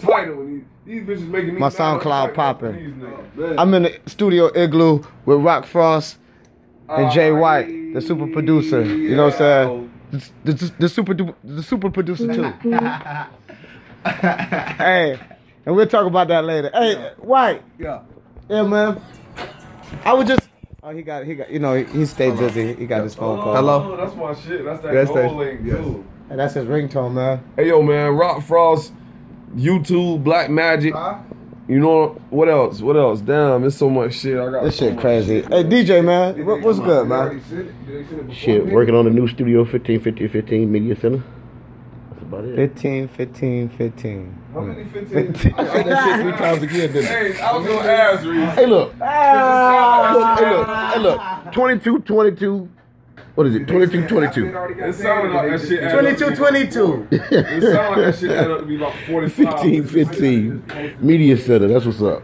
fight over these. These bitches making me. My mad. I'm SoundCloud fighting over popping. these niggas. I'm in the studio igloo with Rock Frost and Jay White, the super producer. You know what I'm saying? The, the, the super du- the super producer too. hey, and we'll talk about that later. Hey, White. Yeah. Yeah, man. I was just. Oh, he got he got. You know, he, he stayed busy. He got his phone call. Oh, that's my shit. That's that That's that- gold link, dude. And that's his ringtone, man. Hey yo, man, Rock Frost, YouTube, Black Magic. You know what else? What else? Damn, it's so much shit. I got This so shit much crazy. Hey, DJ, man. What, what's good, man? Shit, working on the new studio, 1515 15 Media Center. That's about it. 15, 15, 15. How many 15? Fifteen. I said that shit three times again, didn't I? Hey, I was gonna ask Reese. Hey, look. Look, hey, Ah. look. Hey, look. 22, 22. What is it? 22, 22. It sounded like that shit. added up to be- 22. It sounded like that shit added up to be about 45. 15, 15. Media Center. That's what's up.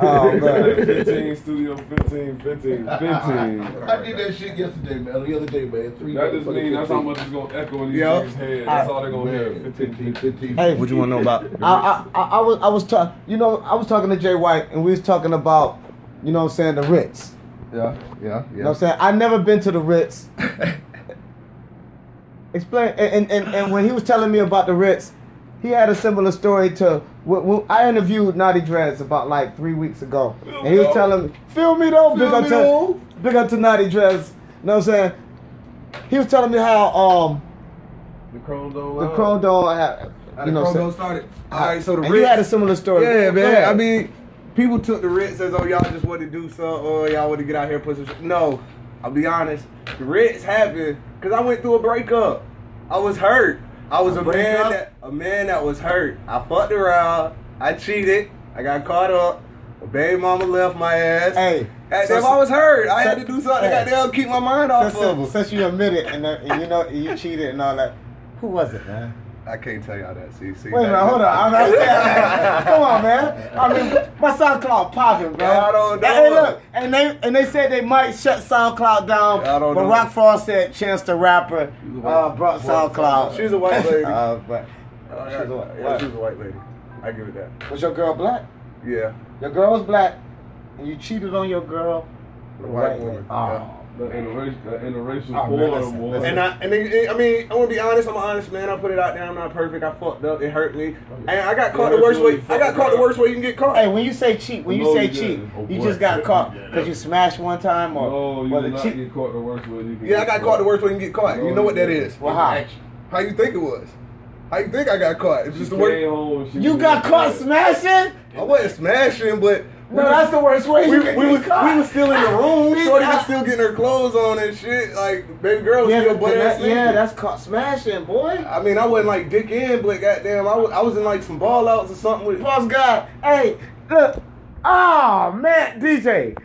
Oh, man. 15, studio 15, 15, 15. I did that shit yesterday, man. The other day, man. Three That just means that's how much is gonna echo in these Yo. niggas' head. That's all they're gonna hear. 15, 15. Hey, what you want to know about? I, I, I, I was, I was talking, you know, I was talking to Jay White, and we was talking about, you know, what I'm saying the Ritz. Yeah, yeah, You know, what I'm saying I never been to the Ritz. Explain, and, and, and, and when he was telling me about the Ritz, he had a similar story to when, when I interviewed Naughty Dreads about like three weeks ago, and he was telling, "Feel me though, big up to, big up to Naughty Dreads." You know what I'm saying? He was telling me how um The Chrome Dome. the uh, Chrome Dog had. You know, so, Congo started. All right, so the and you had a Ritz. similar story. Yeah, Go ahead. man. I mean, people took the Ritz as oh y'all just wanted to do something or y'all want to get out here and put some. Sh-. No, I'll be honest. The Ritz happened because I went through a breakup. I was hurt. I was a, man that a man that was hurt. I fucked around. I cheated. I got caught up. A baby mama left my ass. Hey, Goddamn, so- I was hurt. I so- had to do something. hey. to Goddamn, keep my mind off since, of since, them. you admitted and, uh, and you know and you cheated and all that, who was it, man? I can't tell y'all that. See, see. Wait a minute, hold on. I'm not saying, come on, man. I mean, my SoundCloud popping, bro. Y'all don't know. Hey, look, and they and they said they might shut SoundCloud down, Y'all don't but know. Rock Frost said Chance the Rapper a white- uh, brought white- SoundCloud. She's a white lady. Uh, but Oh, She's a white- yeah, white. she's a white lady. I give it that. was your girl black? Yeah, Your girl was black, and you cheated on your girl. a white woman. Oh. The interracial, the interracial Oh, man, listen, porn, Yeah. boy. listen. And I and it, it- I mean I'm gonna be honest. I'm an honest man. I put it out there. I'm not perfect. I fucked up. It hurt me. And I got caught the worst way. I got caught the worst way you can get caught. Hey, when you say cheat, when you No, say you cheat, didn't. Oh, you boy. just got caught because you smashed one time or No, Oh, you was did it not cheat? get caught the worst way you can Yeah, I get got caught the worst way you can get caught. You know what that is? Well, how? How you think it was? How you think I got caught? It's just the way You got caught smashing? I wasn't smashing, but No, that's the worst way we, you we, can we get was caught. we was still in the room. We- Shorty I- was still getting her clothes on and shit. Like baby girl was yeah, still that, butt ass. that- yeah, naked. that's caught smashing, boy. I mean, I wasn't like dick in, but goddamn, I was, I was in like some ball outs or something with. Boss God, hey, look. Oh man, DJ.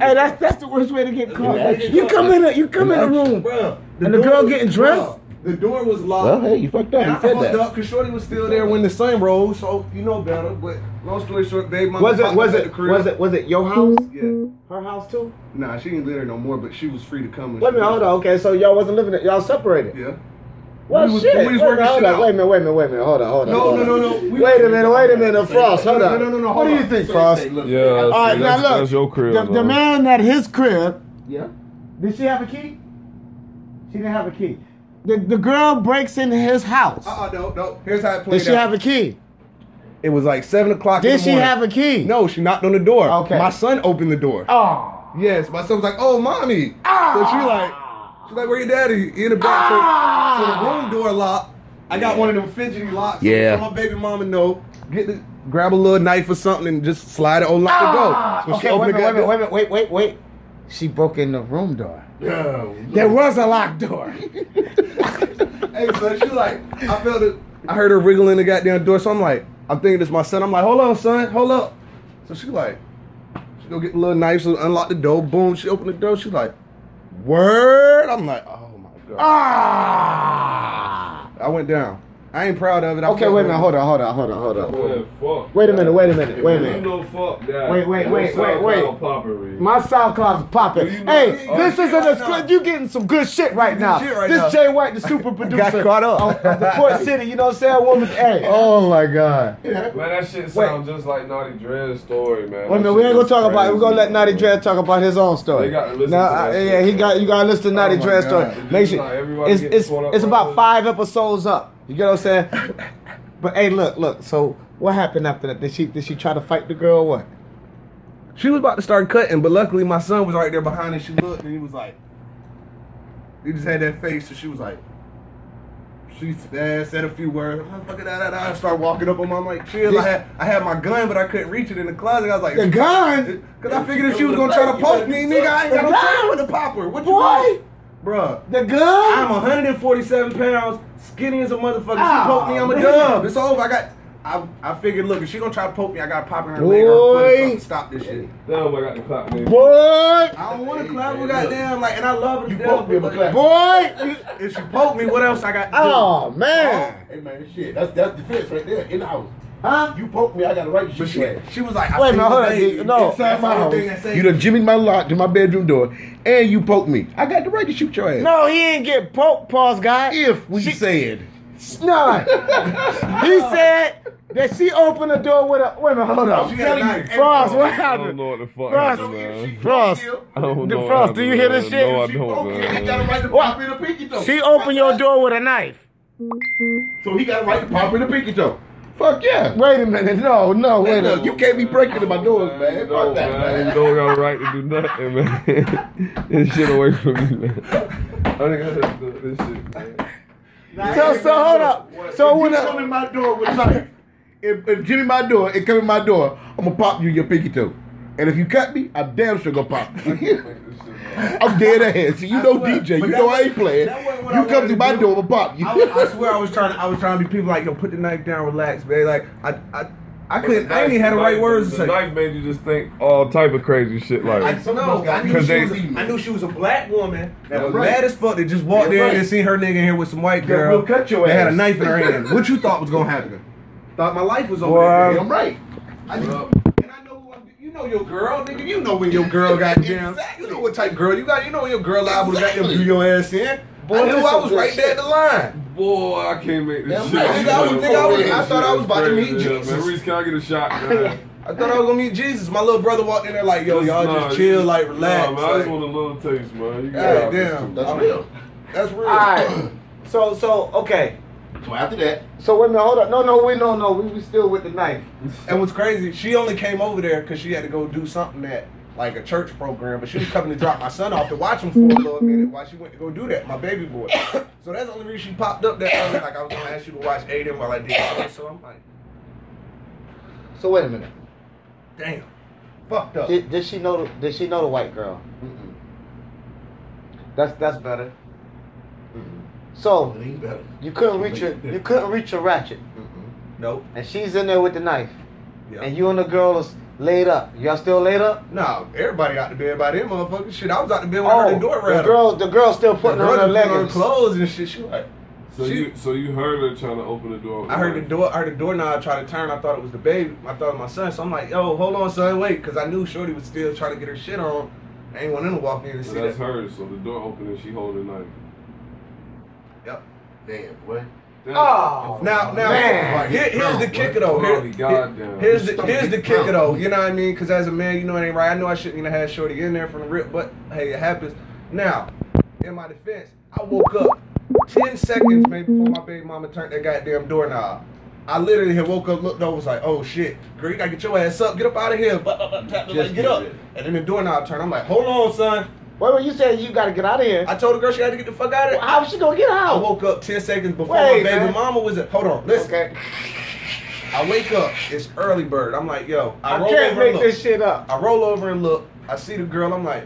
Hey, that's that's the worst way to get caught. action. You come in, the, you come in the room. Bruh, And the girl door- getting dressed? Bruh, the door was locked. Well, hey, you fucked up. And You I said fucked that. up because Shorty was still there when the sun rose, so you know better. But long story short, babe, mama Was it popped was up at it the crib. was it was it your house? Yeah. Her house too? Nah, she didn't live there no more, but she was free to come. when Wait a she minute, was- hold on. Okay, so y'all wasn't living it. Y'all separated. Yeah. Well, We was- shit. we was wait, a working minute, hold shit on, out. wait a minute, wait a minute, wait a minute. Hold on, hold on. No, hold no, on. no, no. We- Wait a minute, wait a minute, Frost. Hold No, on. no, no, no, What hold do you on. think, Say- Frost? say, look. Yeah, All that's, right, now that's, look. that's your crib. the, the bro. man at his crib. Yeah. Did she have a key? She didn't have a key. The, the girl breaks into his house. Uh-uh, no, no. Here's how it played Did she out. have a key? it was like seven o'clock. in Did the she morning. have a key? No, she knocked on the door. Okay. My son opened the door. Oh. Yes, my son was like, "Oh, mommy." So Ah. she like, she like, "Where your daddy?" He in the back. So- So, Ah. the room door locked. I got one of them fidgety locks. so Yeah. my baby mama know. Get the, grab a little knife or something and just slide it on lock the door. So she Ah. okay, wait a opened the minute, wait, a minute, goddamn- wait, a minute, wait, wait, wait. She broke in the room door. There was a locked door. Hey, so she like, I felt it. I heard her wriggling the goddamn door, so I'm like, I'm thinking it's my son. I'm like, hold on, son, hold up. So she like, she go get the little knife, so unlock the door, boom, she opened the door, she like, word. I'm like, oh my god. Ah. I went down. I ain't proud of it. I Okay, feel wait a good. minute. Hold on, hold on, hold on, hold on. Man, fuck. Wait a minute, wait a minute, If wait a You minute. know, fuck that. Wait, wait, Your wait, wait, SoundCloud wait. Poppery. My SoundCloud's popping. Do you know- Hey, Oh, this you is an got exclusive. up. You getting some good shit right now. shit right this now. Jay White, the super producer caught up. of- of the Port City. You know what I'm saying? Woman, hey. Oh my god. Man, that shit sound just like Naughty Dread's story, man. Wait a That minute, we shit ain't gonna is talk about it. We're gonna let crazy, Naughty bro. Dread talk about his own story. They gotta listen Now, to that I- shit, Oh yeah, he bro. got you gotta listen to Naughty my Dread story. God. Make It's sure like everybody it's getting it's, caught up it's right about now. five episodes up. You get what I'm saying? but hey, look, look. So what happened after that? Did she did she try to fight the girl? or What? She was about to start cutting, but luckily my son was right there behind and she looked and he was like, he just had that face, so she was like, she uh, said a few words, motherfucker, da da da, and start walking up on my like, chill. I had, I had my gun, but I couldn't reach it in the closet. I was like, The gun? Because I figured if she was going to try to poke me, nigga, I ain't got no time with the popper. What you Boy, want? Bruh. the I'm gun? 147 pounds, skinny as a motherfucker. Aw, she poked me, I'm a man. dub. It's over. I got. I, I figured, look, if she gonna try to poke me, I gotta pop in her leg or her foot or Boy. something. Stop this shit. Damn, I got the clock, man. Boy, I don't want to clap. We goddamn like, and I love her. You poke me, I'ma clap. boy. If she poke me, what else I got? to do? Oh man. Hey man, shit. That's that's defense right there in the house. Huh? You poke me, I got a right to But shoot she, you. she was like, I Wait a saved minute, the hold on, baby. dude. No. That's the only thing that saved You done jimmied my lock to my bedroom door, and you poked me. I got the right to shoot your ass. No, he ain't get poked, pause guy. If we said None. he said that she opened the door with a. Wait a minute, hold up. She had a knife. Frost, what I don't happened? know what the fuck Frost. happened, man. Frost, I don't know. the what Frost, do you happened, hear this man. shit? No, I She Oh, don't, He got a man. right to pop in the pinky toe. she opened your door with a knife. so he got a right to pop in the pinky toe. Fuck yeah. Wait a minute, no, no, wait a Look, minute. you can't be breaking into my doors, Man, man. No, Fuck that, man. man. You don't got a right to do nothing, man. this shit away from me, man. I think I have to do this shit, man. So, so hold up. So If when you come the, in my door with a knife, if, if Jimmy my door, it come in my door, I'm gonna pop you in your pinky toe. And if you cut me, I damn sure gonna pop. you. This shit, man. I'm dead ass. You I know swear, DJ. You but know that I ain't wasn't- playing. that wasn't what I You wanted come to to my do. door, I'm pop you. I, was- I swear I was trying to I was trying to be people like yo put the knife down relax baby like I I, I couldn't I didn't even have the right Knife- words to The say knife made you just think all type of crazy shit like. I know I knew 'Cause she they- was a, I knew she was a black woman that was right. mad as fuck that just walked You're in right. and seen her nigga in here with some white girl will cut your that had a ass. knife in her hand what you thought was gonna happen thought my life was over Boy. there, I'm nigga. right. I just- and I know who I'm- You know your girl, nigga. You know when your girl got down. You know what type of girl you got. You know when your girl liable to Exactly. goddamn do your ass in. Boy, I knew that's I some was good right there at the line. Boy, I can't make this shit. nigga, I was- nigga, I was- I thought I was about to meet Yeah, Jesus. Man, Reese, can I get a shot, man? I thought I was gonna meet Jesus. My little brother walked in there like, yo, y'all Nah, just chill, like relax. Nah, man, I just like, want a little taste, man. You gotta God have this damn, too. That's real. That's real. alright. So, so okay. So after that, So wait a minute, hold up. No, no, we no, no, we, we still with the knife. And what's crazy, she only came over there because she had to go do something that, like a church program, but she was coming to drop my son off to watch him for a little minute while she went to go do that, my baby boy. So that's the only reason she popped up that early. Like, I was going to ask you to watch Aiden while I did something. So I'm like, So wait a minute. damn, fucked up. Did, did she know? Did she know the white girl? That's that's better. So it ain't better. you couldn't reach your you couldn't reach your ratchet, Nope. and she's in there with the knife, Yeah. and you and the girl is laid up. Y'all still laid up? No, everybody out to bed by then, motherfucker. Shit, I was out to bed when I Oh, heard the door the rattle. girl the girl still putting The on girl her just put on her leggings. clothes and shit. She like, So she- you, so you heard her trying to open the door. I heard the door. I heard the doorknob try to turn. I thought it was the baby. I thought it was my son. So I'm like, yo, hold on, son, wait, because I knew Shorty was still trying to get her shit on. I ain't want him to walk in and So see that's that. hers. So the door opened and she holding a knife. Yep. Damn, boy. Damn. Oh, Now, now, Man. here- here's the kicker though. Here- Holy goddamn. here's the here's the kicker though. You know what I mean? Because as a man, you know it ain't right. I know I shouldn't even have Shorty in there from the rip, but hey, it happens. Now, in my defense, I woke up ten seconds maybe before my baby mama turned that goddamn doorknob. I literally had woke up, looked over, was like, "Oh shit, girl, you gotta get your ass up, get up out of here, But like, get up." And then the doorknob turned. I'm like, "Hold on, son." Wait, wait, you said you gotta get out of here. I told the girl she had to get the fuck out of here. How's she gonna get I out? woke up ten seconds before Wait, my baby man. mama was. in- Hold on, listen. Okay, I wake up, it's early bird. I'm like, yo, I, I roll can't over make and look. this shit up. I roll over and look. I see the girl. I'm like,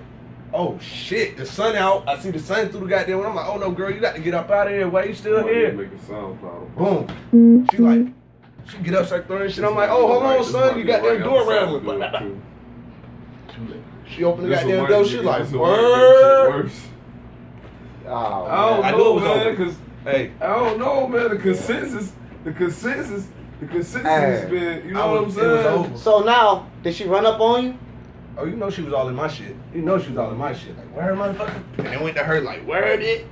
oh shit, the sun out. I see the sun through the goddamn window. I'm like, oh no, girl, you got to get up out of here. Why you still Why you here? Make a sound cloud. Boom. She like, she get up, start throwing shit. I'm like, oh, hold on, son, you got that door rattling. She opened the goddamn door. She like, word. Oh, I don't I knew it know, was Oh, man, over. because Hey, I don't know, man. The consensus, the consensus, the consensus has Hey. been. You I know what I'm was- it was saying? over. So now, did she run up on you? Oh, you know she was all in my shit. You know she was all in my shit. Like, where motherfucker? And it went to her like, where it? Nigga,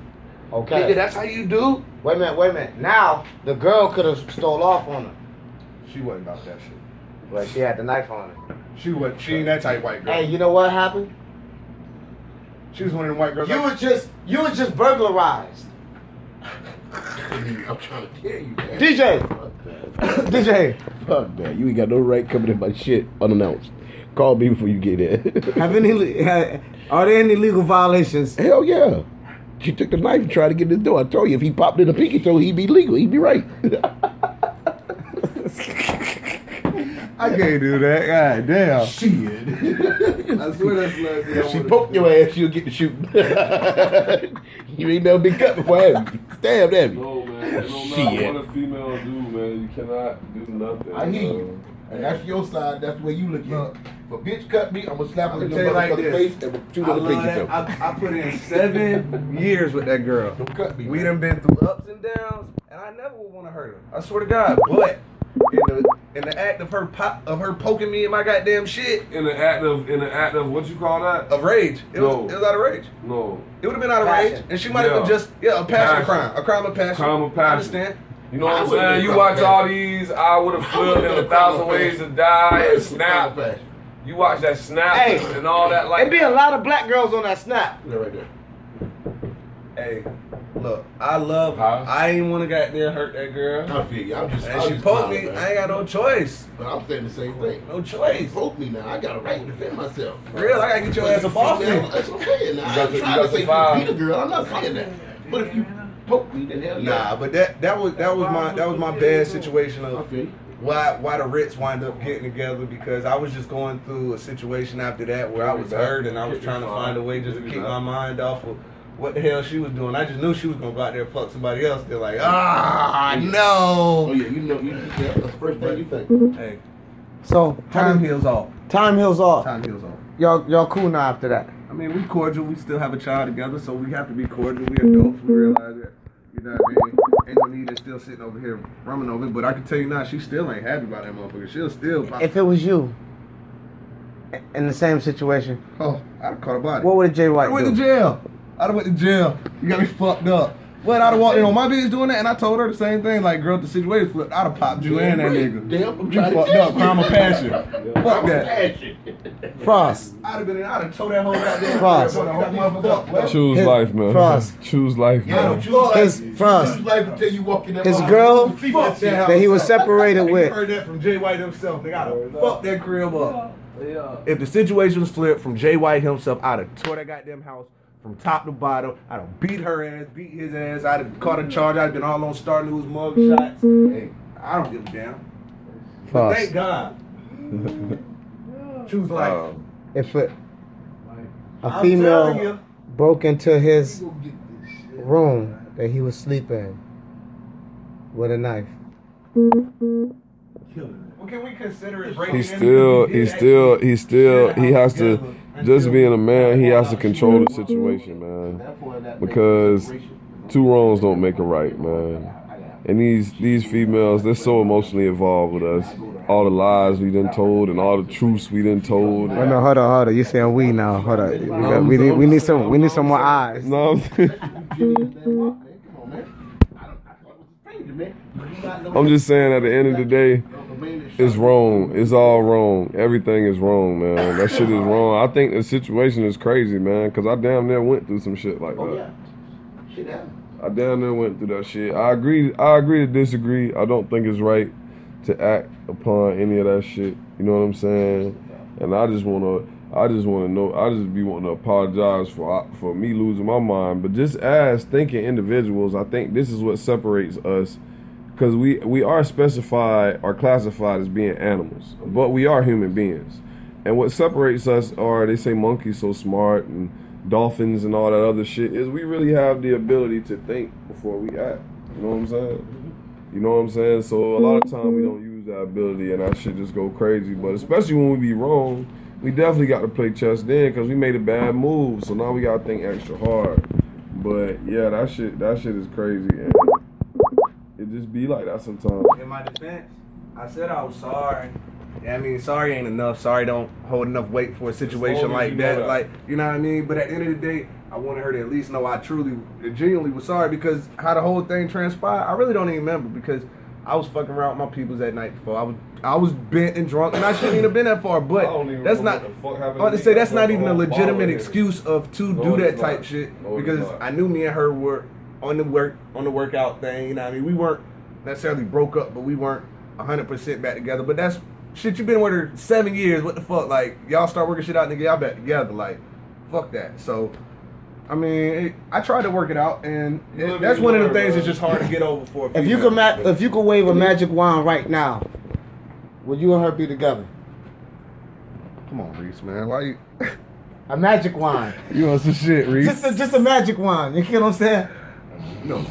Okay. that's how you do? Wait a minute, wait a minute. Now the girl could have stole off on her, She wasn't about that shit. but she had the knife on her. She was. She ain't that type white girl. Hey, you know what happened? She was one of them white girls. You like, was just you was just burglarized. I'm trying to tell you. Man. DJ, Fuck that. DJ, Fuck that. You ain't got no right coming in my shit unannounced. Call me before you get in. have any ha- are there any legal violations? Hell yeah. She took the knife and tried to get in the door. I told you, if he popped in a pinky toe, he'd be legal. He'd be right. I can't do that. God damn. Shit. I swear that's last thing I if she wanna- poked your ass, she'll get to shooting. you ain't never been cut before, have you? Stabbed, have you? No, man. No matter Shit. what a female do, man, you cannot do nothing. I hear you. man. And that's your side. That's the way you look at it. If a bitch cut me, I'm going to slap her in the I'ma tell you like motherfucking this. face and shoot I, her in the love pinky toe. that. I, I put in seven years with that girl. Don't cut me. We man. done been through ups and downs, and I never would want to hurt her. I swear to God. But in the in the act of her pop, of her poking me in my goddamn shit In the act of, in the act of, what you call that? of rage, it No. was it was out of rage. No. It would have been out of rage, Passion. and she might have been Yeah. just yeah a Passion. passion, crime, a crime of passion. Crime of passion. I understand? You know what I I'm would've saying? been You crime watch of all these, I would have flipped in a thousand ways to die and snap. Right You watch that snap Hey. and all that like. It be a lot of black girls on that snap. there. Hey, look, I love. her. Huh? I ain't want to goddamn hurt that girl. I feel you. I'm just. And I'm she just poked tired, me. man. I ain't got no choice. But I'm saying the same thing. No choice. They broke me now. I got a right to defend myself. Real, I gotta get your ass up off me. That's what I'm saying. Now, You got I'm the- you trying got to say the vibe. you beat a girl. I'm not saying that. But if you poke me, then hell yeah. Nah, but that that was that was my that was my bad situation I of feel you. why why the Ritz wind up getting together because I was just going through a situation after that where I was hurt and I was trying to find a way just to keep my mind off of what the hell she was doing. I just knew she was gonna go out there and fuck somebody else. They're like, ah, Oh no. yeah, you know, you, that's the first thing you think. Mm-hmm. Hey, So time time heals all. time heals all. Time heals all. Y'all y'all cool now after that. I mean, we cordial. We still have a child together, so we have to be cordial. We adults. We realize that. You know what I mean? Ain't no need to still sitting over here rumming over it. But I can tell you now, she still ain't happy about that motherfucker. She'll still. Pop. If it was you i- in the same situation, oh, I'd caught a body. what would a Jay White I went to do? jail. I done went to jail. You got me fucked up. But I'd have walked in on my bitch doing that, and I told her the same thing. Like, girl, the situation flipped. I'd have popped you and that nigga. Damn, I'm You trying to fucked tell up. you. Crime of passion. Fuck that. Frost. I'd have been in. I'd have told that whole goddamn Frost. Told that whole motherfucker up. Well, Choose His- life, man. Frost. Choose life, I don't man. choose life. His- You Franz. choose life until you walk in that His motherfucker. girl You see that shit that he was separated You with. heard that from Jay White himself. They gotta fuck that crib up. If the situation was flipped from Jay White himself, I'd have tore that goddamn house from top to bottom. I'd have beat her ass, beat his ass. I'd have caught a charge. I'd have been all on Star News mug shots. Hey, I don't give a damn. But Frost. thank God. Choose life. Um, If it, a I'm telling female you. broke into his room that he was sleeping in with a knife. Well, can we consider it breaking He in? still, If you he did that still, shit, he still, share he the house has to, together just until- being a man, he has to control the situation, man. Because two wrongs don't make a right, man. And these these females, they're so emotionally involved with us. All the lies we done told and all the truths we done told. Oh, no, hold on, hold on. You saying we now? Hold on. We, got, we need, we need some, we need some more eyes. No, I'm- I'm just saying. At the end of the day, it's wrong. It's all wrong. Everything is wrong, man. That shit is wrong. I think the situation is crazy, man. Cause I damn near went through some shit like that. Shit happened. I damn near went through that shit. I agree. I agree to disagree. I don't think it's right to act upon any of that shit. You know what I'm saying? And I just wanna, I just wanna know. I just be wanting to apologize for for me losing my mind. But just as thinking individuals, I think this is what separates us, because we we are specified or classified as being animals, but we are human beings. And what separates us are they say monkeys so smart and dolphins and all that other shit is we really have the ability to think before we act. You know what I'm saying? You know what I'm saying? So a lot of time we don't use that ability and that shit just go crazy. But especially when we be wrong, we definitely got to play chess then because we made a bad move. So now we got to think extra hard. But yeah, that shit, that shit is crazy, and it just be like that sometimes. In my defense, I said I was sorry. Yeah, I mean, sorry ain't enough. Sorry don't hold enough weight for a situation as like you that. know that. Like, you know what I mean? But at the end of the day, I wanted her to at least know I truly, genuinely was sorry because how the whole thing transpired, I really don't even remember because I was fucking around with my peoples that night before. I was I was bent and drunk, and I shouldn't even have been that far. I But don't even that's remember not. what the fuck happened I want to me. say that's I not was even a on ball legitimate here. excuse of to No, do that it's type not. shit No, it's because not. I knew me and her were on the work on the workout thing. You know what I mean? We weren't necessarily broke up, but we weren't hundred percent back together. But that's shit. You've been with her seven years. What the fuck? Like y'all start working shit out, nigga. Y'all back together. Like fuck that. So. I mean, it, I tried to work it out, and You live it, that's and one you of the learn, things bro. that's just hard to get over for. a If you female. could ma- if you could wave a magic wand right now, would you and her be together? come on, Reese, man, why you? A magic wand. You want some shit, Reese? Just a, just a magic wand. You get what I'm saying? No.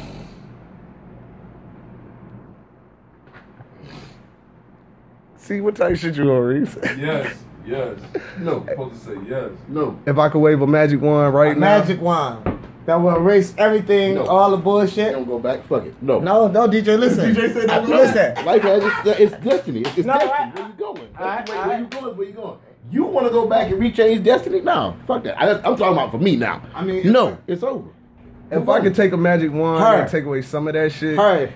See what type of shit you on, Reese? Yes, yes. No. I'm supposed to say yes. No. If I could wave a magic wand A right now, magic wand that will erase everything, No. all the bullshit. Don't go back. Fuck it. No. No, no, DJ, listen. DJ said don't go listen. Life has its, it's destiny. It's, it's No, destiny. I- where you going? I- Where, I- where you going? Where you going? You want to go back and rechange destiny? No. Fuck that. I, I'm talking about for me now. I mean, no, it's over. if I could take a magic wand Her. and take away some of that shit, Her.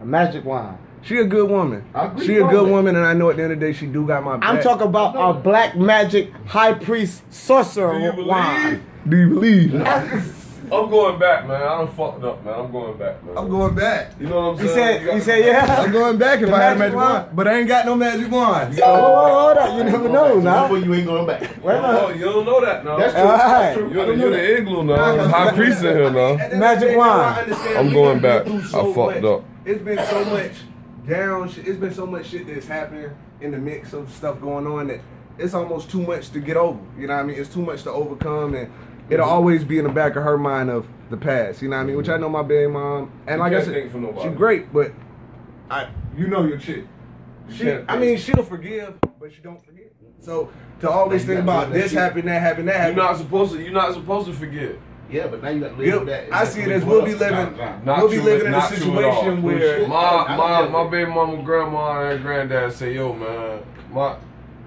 A magic wand. she a good woman. I agree She a good with it. woman, and I know at the end of the day she do got my back. I'm talking about a black magic high priest Do you sorcerer believe? wand. Do you believe? I'm going back, man. I done fucked up, man. I'm going back, man. I'm going back. You know what I'm He saying? You said, got he to said, go back. I'm yeah. going back if The I had a magic magic wand. wand. but I ain't got no magic wand. Oh, hold up. You never know now. Remember, you ain't going back. Wait a Oh, minute. you don't know that now. That's true. All That's right. true. You're the, you're the igloo now. It's high priest in here now. Magic wand. I'm going back. I fucked up. It's been so much down. Shit. It's been so much shit that's happening in the mix of stuff going on that it's almost too much to get over. You know what I mean? It's too much to overcome, and it'll always be in the back of her mind of the past. You know what I mean? Which I know my baby mom, and You like I can't think said, for nobody. she's great, but I, you know your chick. She, can't I think. mean, she'll forgive, but she don't forget. So to always think about this happened, that happened, that You're happened. not supposed to. You're not supposed to forget. Yeah, but now you got to live Yep. with that. I see it as we'll be living, Not we'll be you, living in a not you at all. situation where My I my don't care. my baby mama, grandma, and granddad say, "Yo, man, my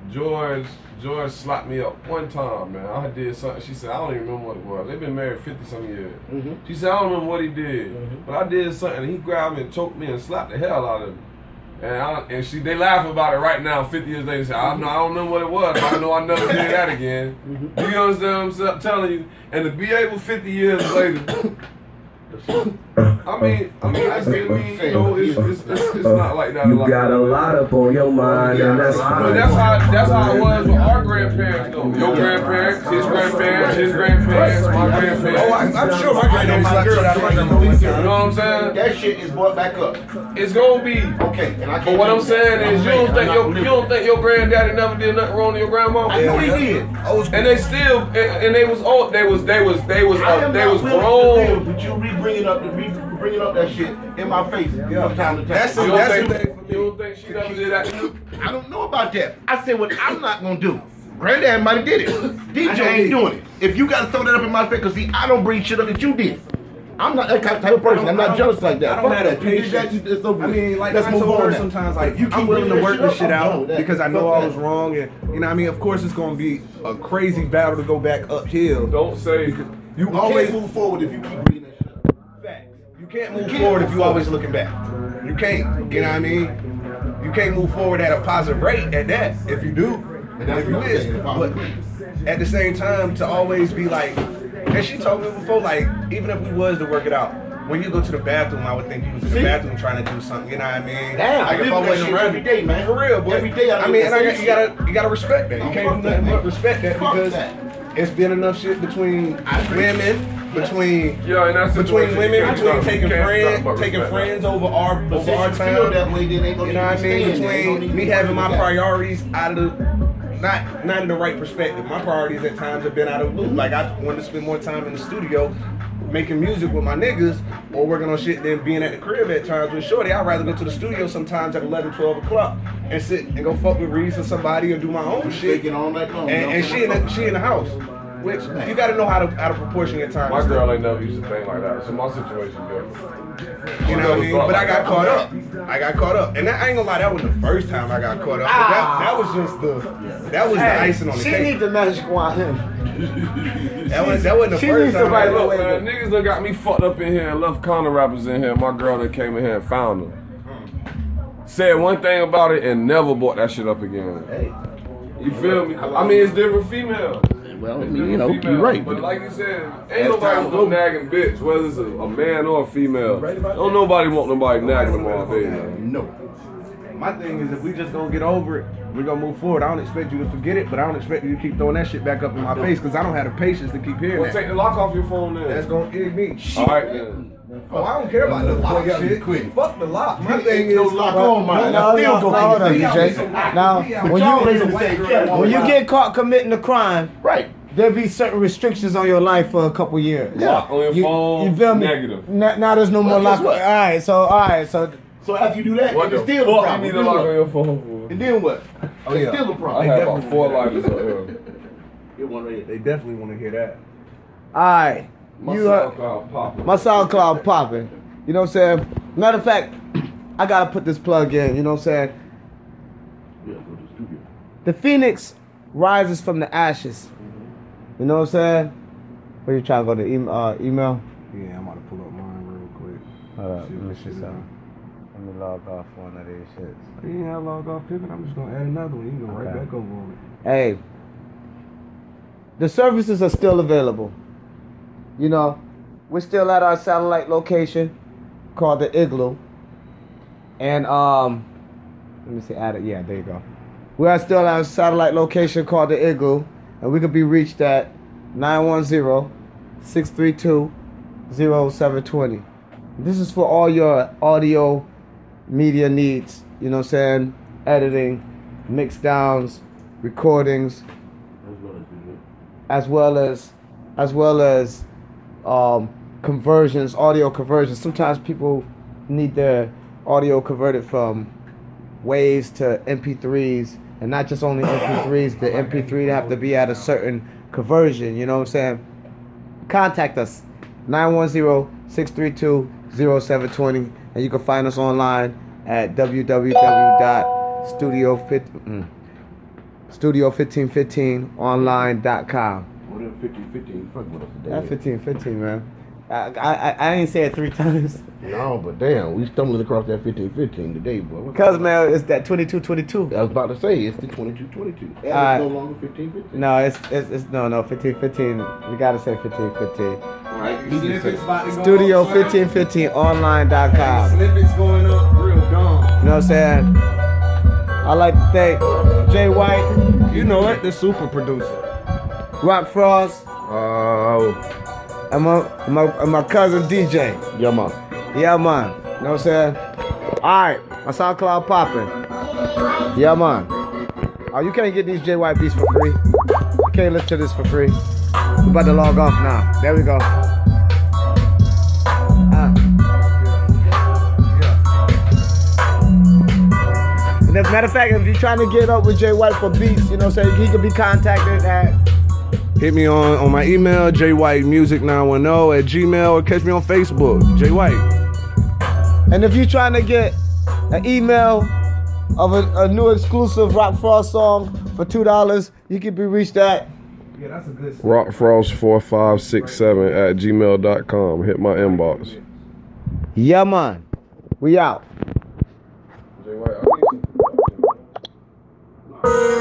George George slapped me up one time, man. I did something." She said, "I don't even remember what it was. They've been married fifty some years." Mm-hmm. She said, "I don't remember what he did, but I did something. And he grabbed me and choked me and slapped the hell out of me." And, I, and she, they laugh about it right now. Fifty years later, say, "I know, I don't remember what it was. But I know I never did that again." You understand what I'm s- telling you? And to be able, fifty years later, I mean, I mean, that's good. I mean, you know, it's, it's, it's, it's not like that. a lot. You got a lot up on your mind, and that's But fine. that's how that's how it was with our grandparents, though. Your grandparents, his grandparents, his grandparents, my grandparents. Oh, I, I'm sure my granddaddy slapped shit out of my grandma one you time. know what I'm saying? That shit is brought back up. It's gonna be. Okay, and I can't. But what I'm do that. saying is, you don't I'm think not your you believing don't think your granddaddy never did nothing wrong to your grandma? I know he did. Old school. And they still, and, and they was old. They was, they was, they was, I uh, am they not was willing to grown. live, But you re bringing up, re bringing up that shit in my face from time to time. That's You a- don't that's think, the thing for me. you don't think she never did that? to you? I don't know about that. I said what I'm not gonna do. Granddad might have did it. DJ ain't doing it. If you gotta throw that up in my face, cause see, I don't bring shit up that you did. I'm not that type of person. I'm not jealous like that. I don't Fuck have that. that If you did that, patience. you- it's over I with. mean, like Let's I move told on her now. sometimes, like If you I'm keep willing to bringing work that this up, shit I'm done out with that. because I know Fuck I that. was wrong, and you know, what I mean, of course, it's gonna be a crazy battle to go back uphill. Don't say. You You always always move forward if you keep bringing that shit up. you can't move forward if you always looking back. You can't, you know what I mean? You can't move forward at a positive rate at that. If you do, if you is, but at the same time, to always be like, and she told me before, like even if we was to work it out. When you go to the bathroom, I would think you was in the bathroom trying to do something. You know what I mean? Damn, I like live with that shit around every you- day, man. For real, boy. Every day I I, live mean, that and I same got, you gotta you gotta respect that. You Oh, can't fuck do nothing that, but man. respect that Fuck because that. it's been enough shit between women, between Yeah, and that's between women, between taking friends, friends, taking friends over our But over our since you feel time. that way, then ain't gonna You know what I understand mean? that. Ain't gonna Between even me worry having my about that. priorities out of the not not in the right perspective. My priorities at times have been out of the loop. Like I wanted to spend more time in the studio making music with my niggas or working on shit than being at the crib at times with Shorty. I'd rather go to the studio sometimes at 11, 12 o'clock and sit and go fuck with Reese or somebody or do my own shit. Thinking all night long. And, and she in the, she in the house. Which you got to know how to how to proportion your time. My girl ain't never used to think like that, so my situation different. You know what I mean? But I got caught up. I got caught up, and that, I ain't gonna lie. That was the first time I got caught up. But that, that was just the that was the icing on the she cake. need the magic wand. that was that wasn't the she first needs time. somebody I Hey, got look, Wait, man, niggas done got me fucked up in here and left Connor rappers in here. My girl that came in here and found them. Said one thing about it and never bought that shit up again. You feel me? I mean, it's different females. Well, I It's mean, you different know, females, you're right. But But like you said, ain't nobody want no nagging bitch, whether it's a, a man or a female. Don't nobody want nobody nagging them all day. man. no. My thing is, if we just gonna get over it, we're gonna move forward. I don't expect you to forget it, but I don't expect you to keep throwing that shit back up in my face because I don't have the patience to keep hearing Well, that. take the lock off your phone then. That's gonna irritate me. all Shit. right then. Oh, I don't care about the Boy, lock gotta be shit. quick. Fuck the lock. My You thing ain't is, no lock on mine. No, I still no, go hold get on, the DJ. thing. Now, But when y'all you raising white girl. when you get caught committing a crime, Right. there'll be certain restrictions on your life for a couple years. Lock on your You, phone. you feel me? Negative. Now, now there's no more Well, guess lock. All what? right, so all right, so So after you do that, What it's the still a fuck you problem. need to lock on Then your phone for? And then what? Oh, It's yeah. still a I problem. had about four lighters up here. It won't raise it. They definitely want to hear that. all right, My you are. SoundCloud popping. My SoundCloud popping. You know what I'm saying? Matter of fact, I gotta put this plug in. You know what I'm saying? Yeah, go to the studio. The phoenix rises from the ashes. You know what I'm saying? Where you trying to go to em uh, email? Yeah, I'm about to pull up mine real quick. Hold up, See let me what see shit is something. on. Let me log off one of these shits. You ain't gotta log off pivot. I'm just gonna add another one. You can go Okay. right back over on it. Hey, the services are still available. You know, we're still at our satellite location called the Igloo. And, um, let me see, add it. Yeah, there you go. We are still at a satellite location called the Igloo, and we could be reached at 910-632-0720. This is for all your audio media needs, you know what I'm saying? Editing, mix downs, recordings, as well as as well as um, conversions, audio conversions. Sometimes people need their audio converted from waves to MP3s, and not just only MP3s. The MP3 have to be at a certain conversion. You know what I'm saying? Contact us 910-632-0720, and you can find us online at www.studio50. Mm, Studio1515online.com. What if 50 50 you fucking with us today? That's 1515, man. I, I, I- I ain't say it three times. No, but damn, we stumbling across that 15 15 today, boy. What- Because, man, it's that 2222. I was about to say, it's the 22 22. Yeah, Alright. it's no longer 15 15. No, it's, it's, it's no, no, 1515. We gotta say 1515. Right? He just said, Studio1515online.com. Snippets going up real dumb. You know what I'm saying? I'd like to thank Jay White, You know what? The super producer. Rock Frost, oh, and my, my, and my cousin DJ. yeah, man. Yeah, man. You know what I'm saying? All right, my SoundCloud popping. Yeah, man. Oh, you can't get these JY beats for free. You can't listen to this for free. We about to log off now. There we go. Uh. And as a matter of fact, if you're trying to get up with Jay White for beats, you know what I'm saying? He could be contacted at Hit me on, on my email, jwhitemusic910 at gmail, or catch me on Facebook, Jay White. And if you're trying to get an email of a, a new exclusive Rock Frost song for two dollars, you can be reached at Yeah, that's a good Rockfrost4567 at gmail.com. Hit my inbox. Yeah Man. We out. Jay White, I need some production.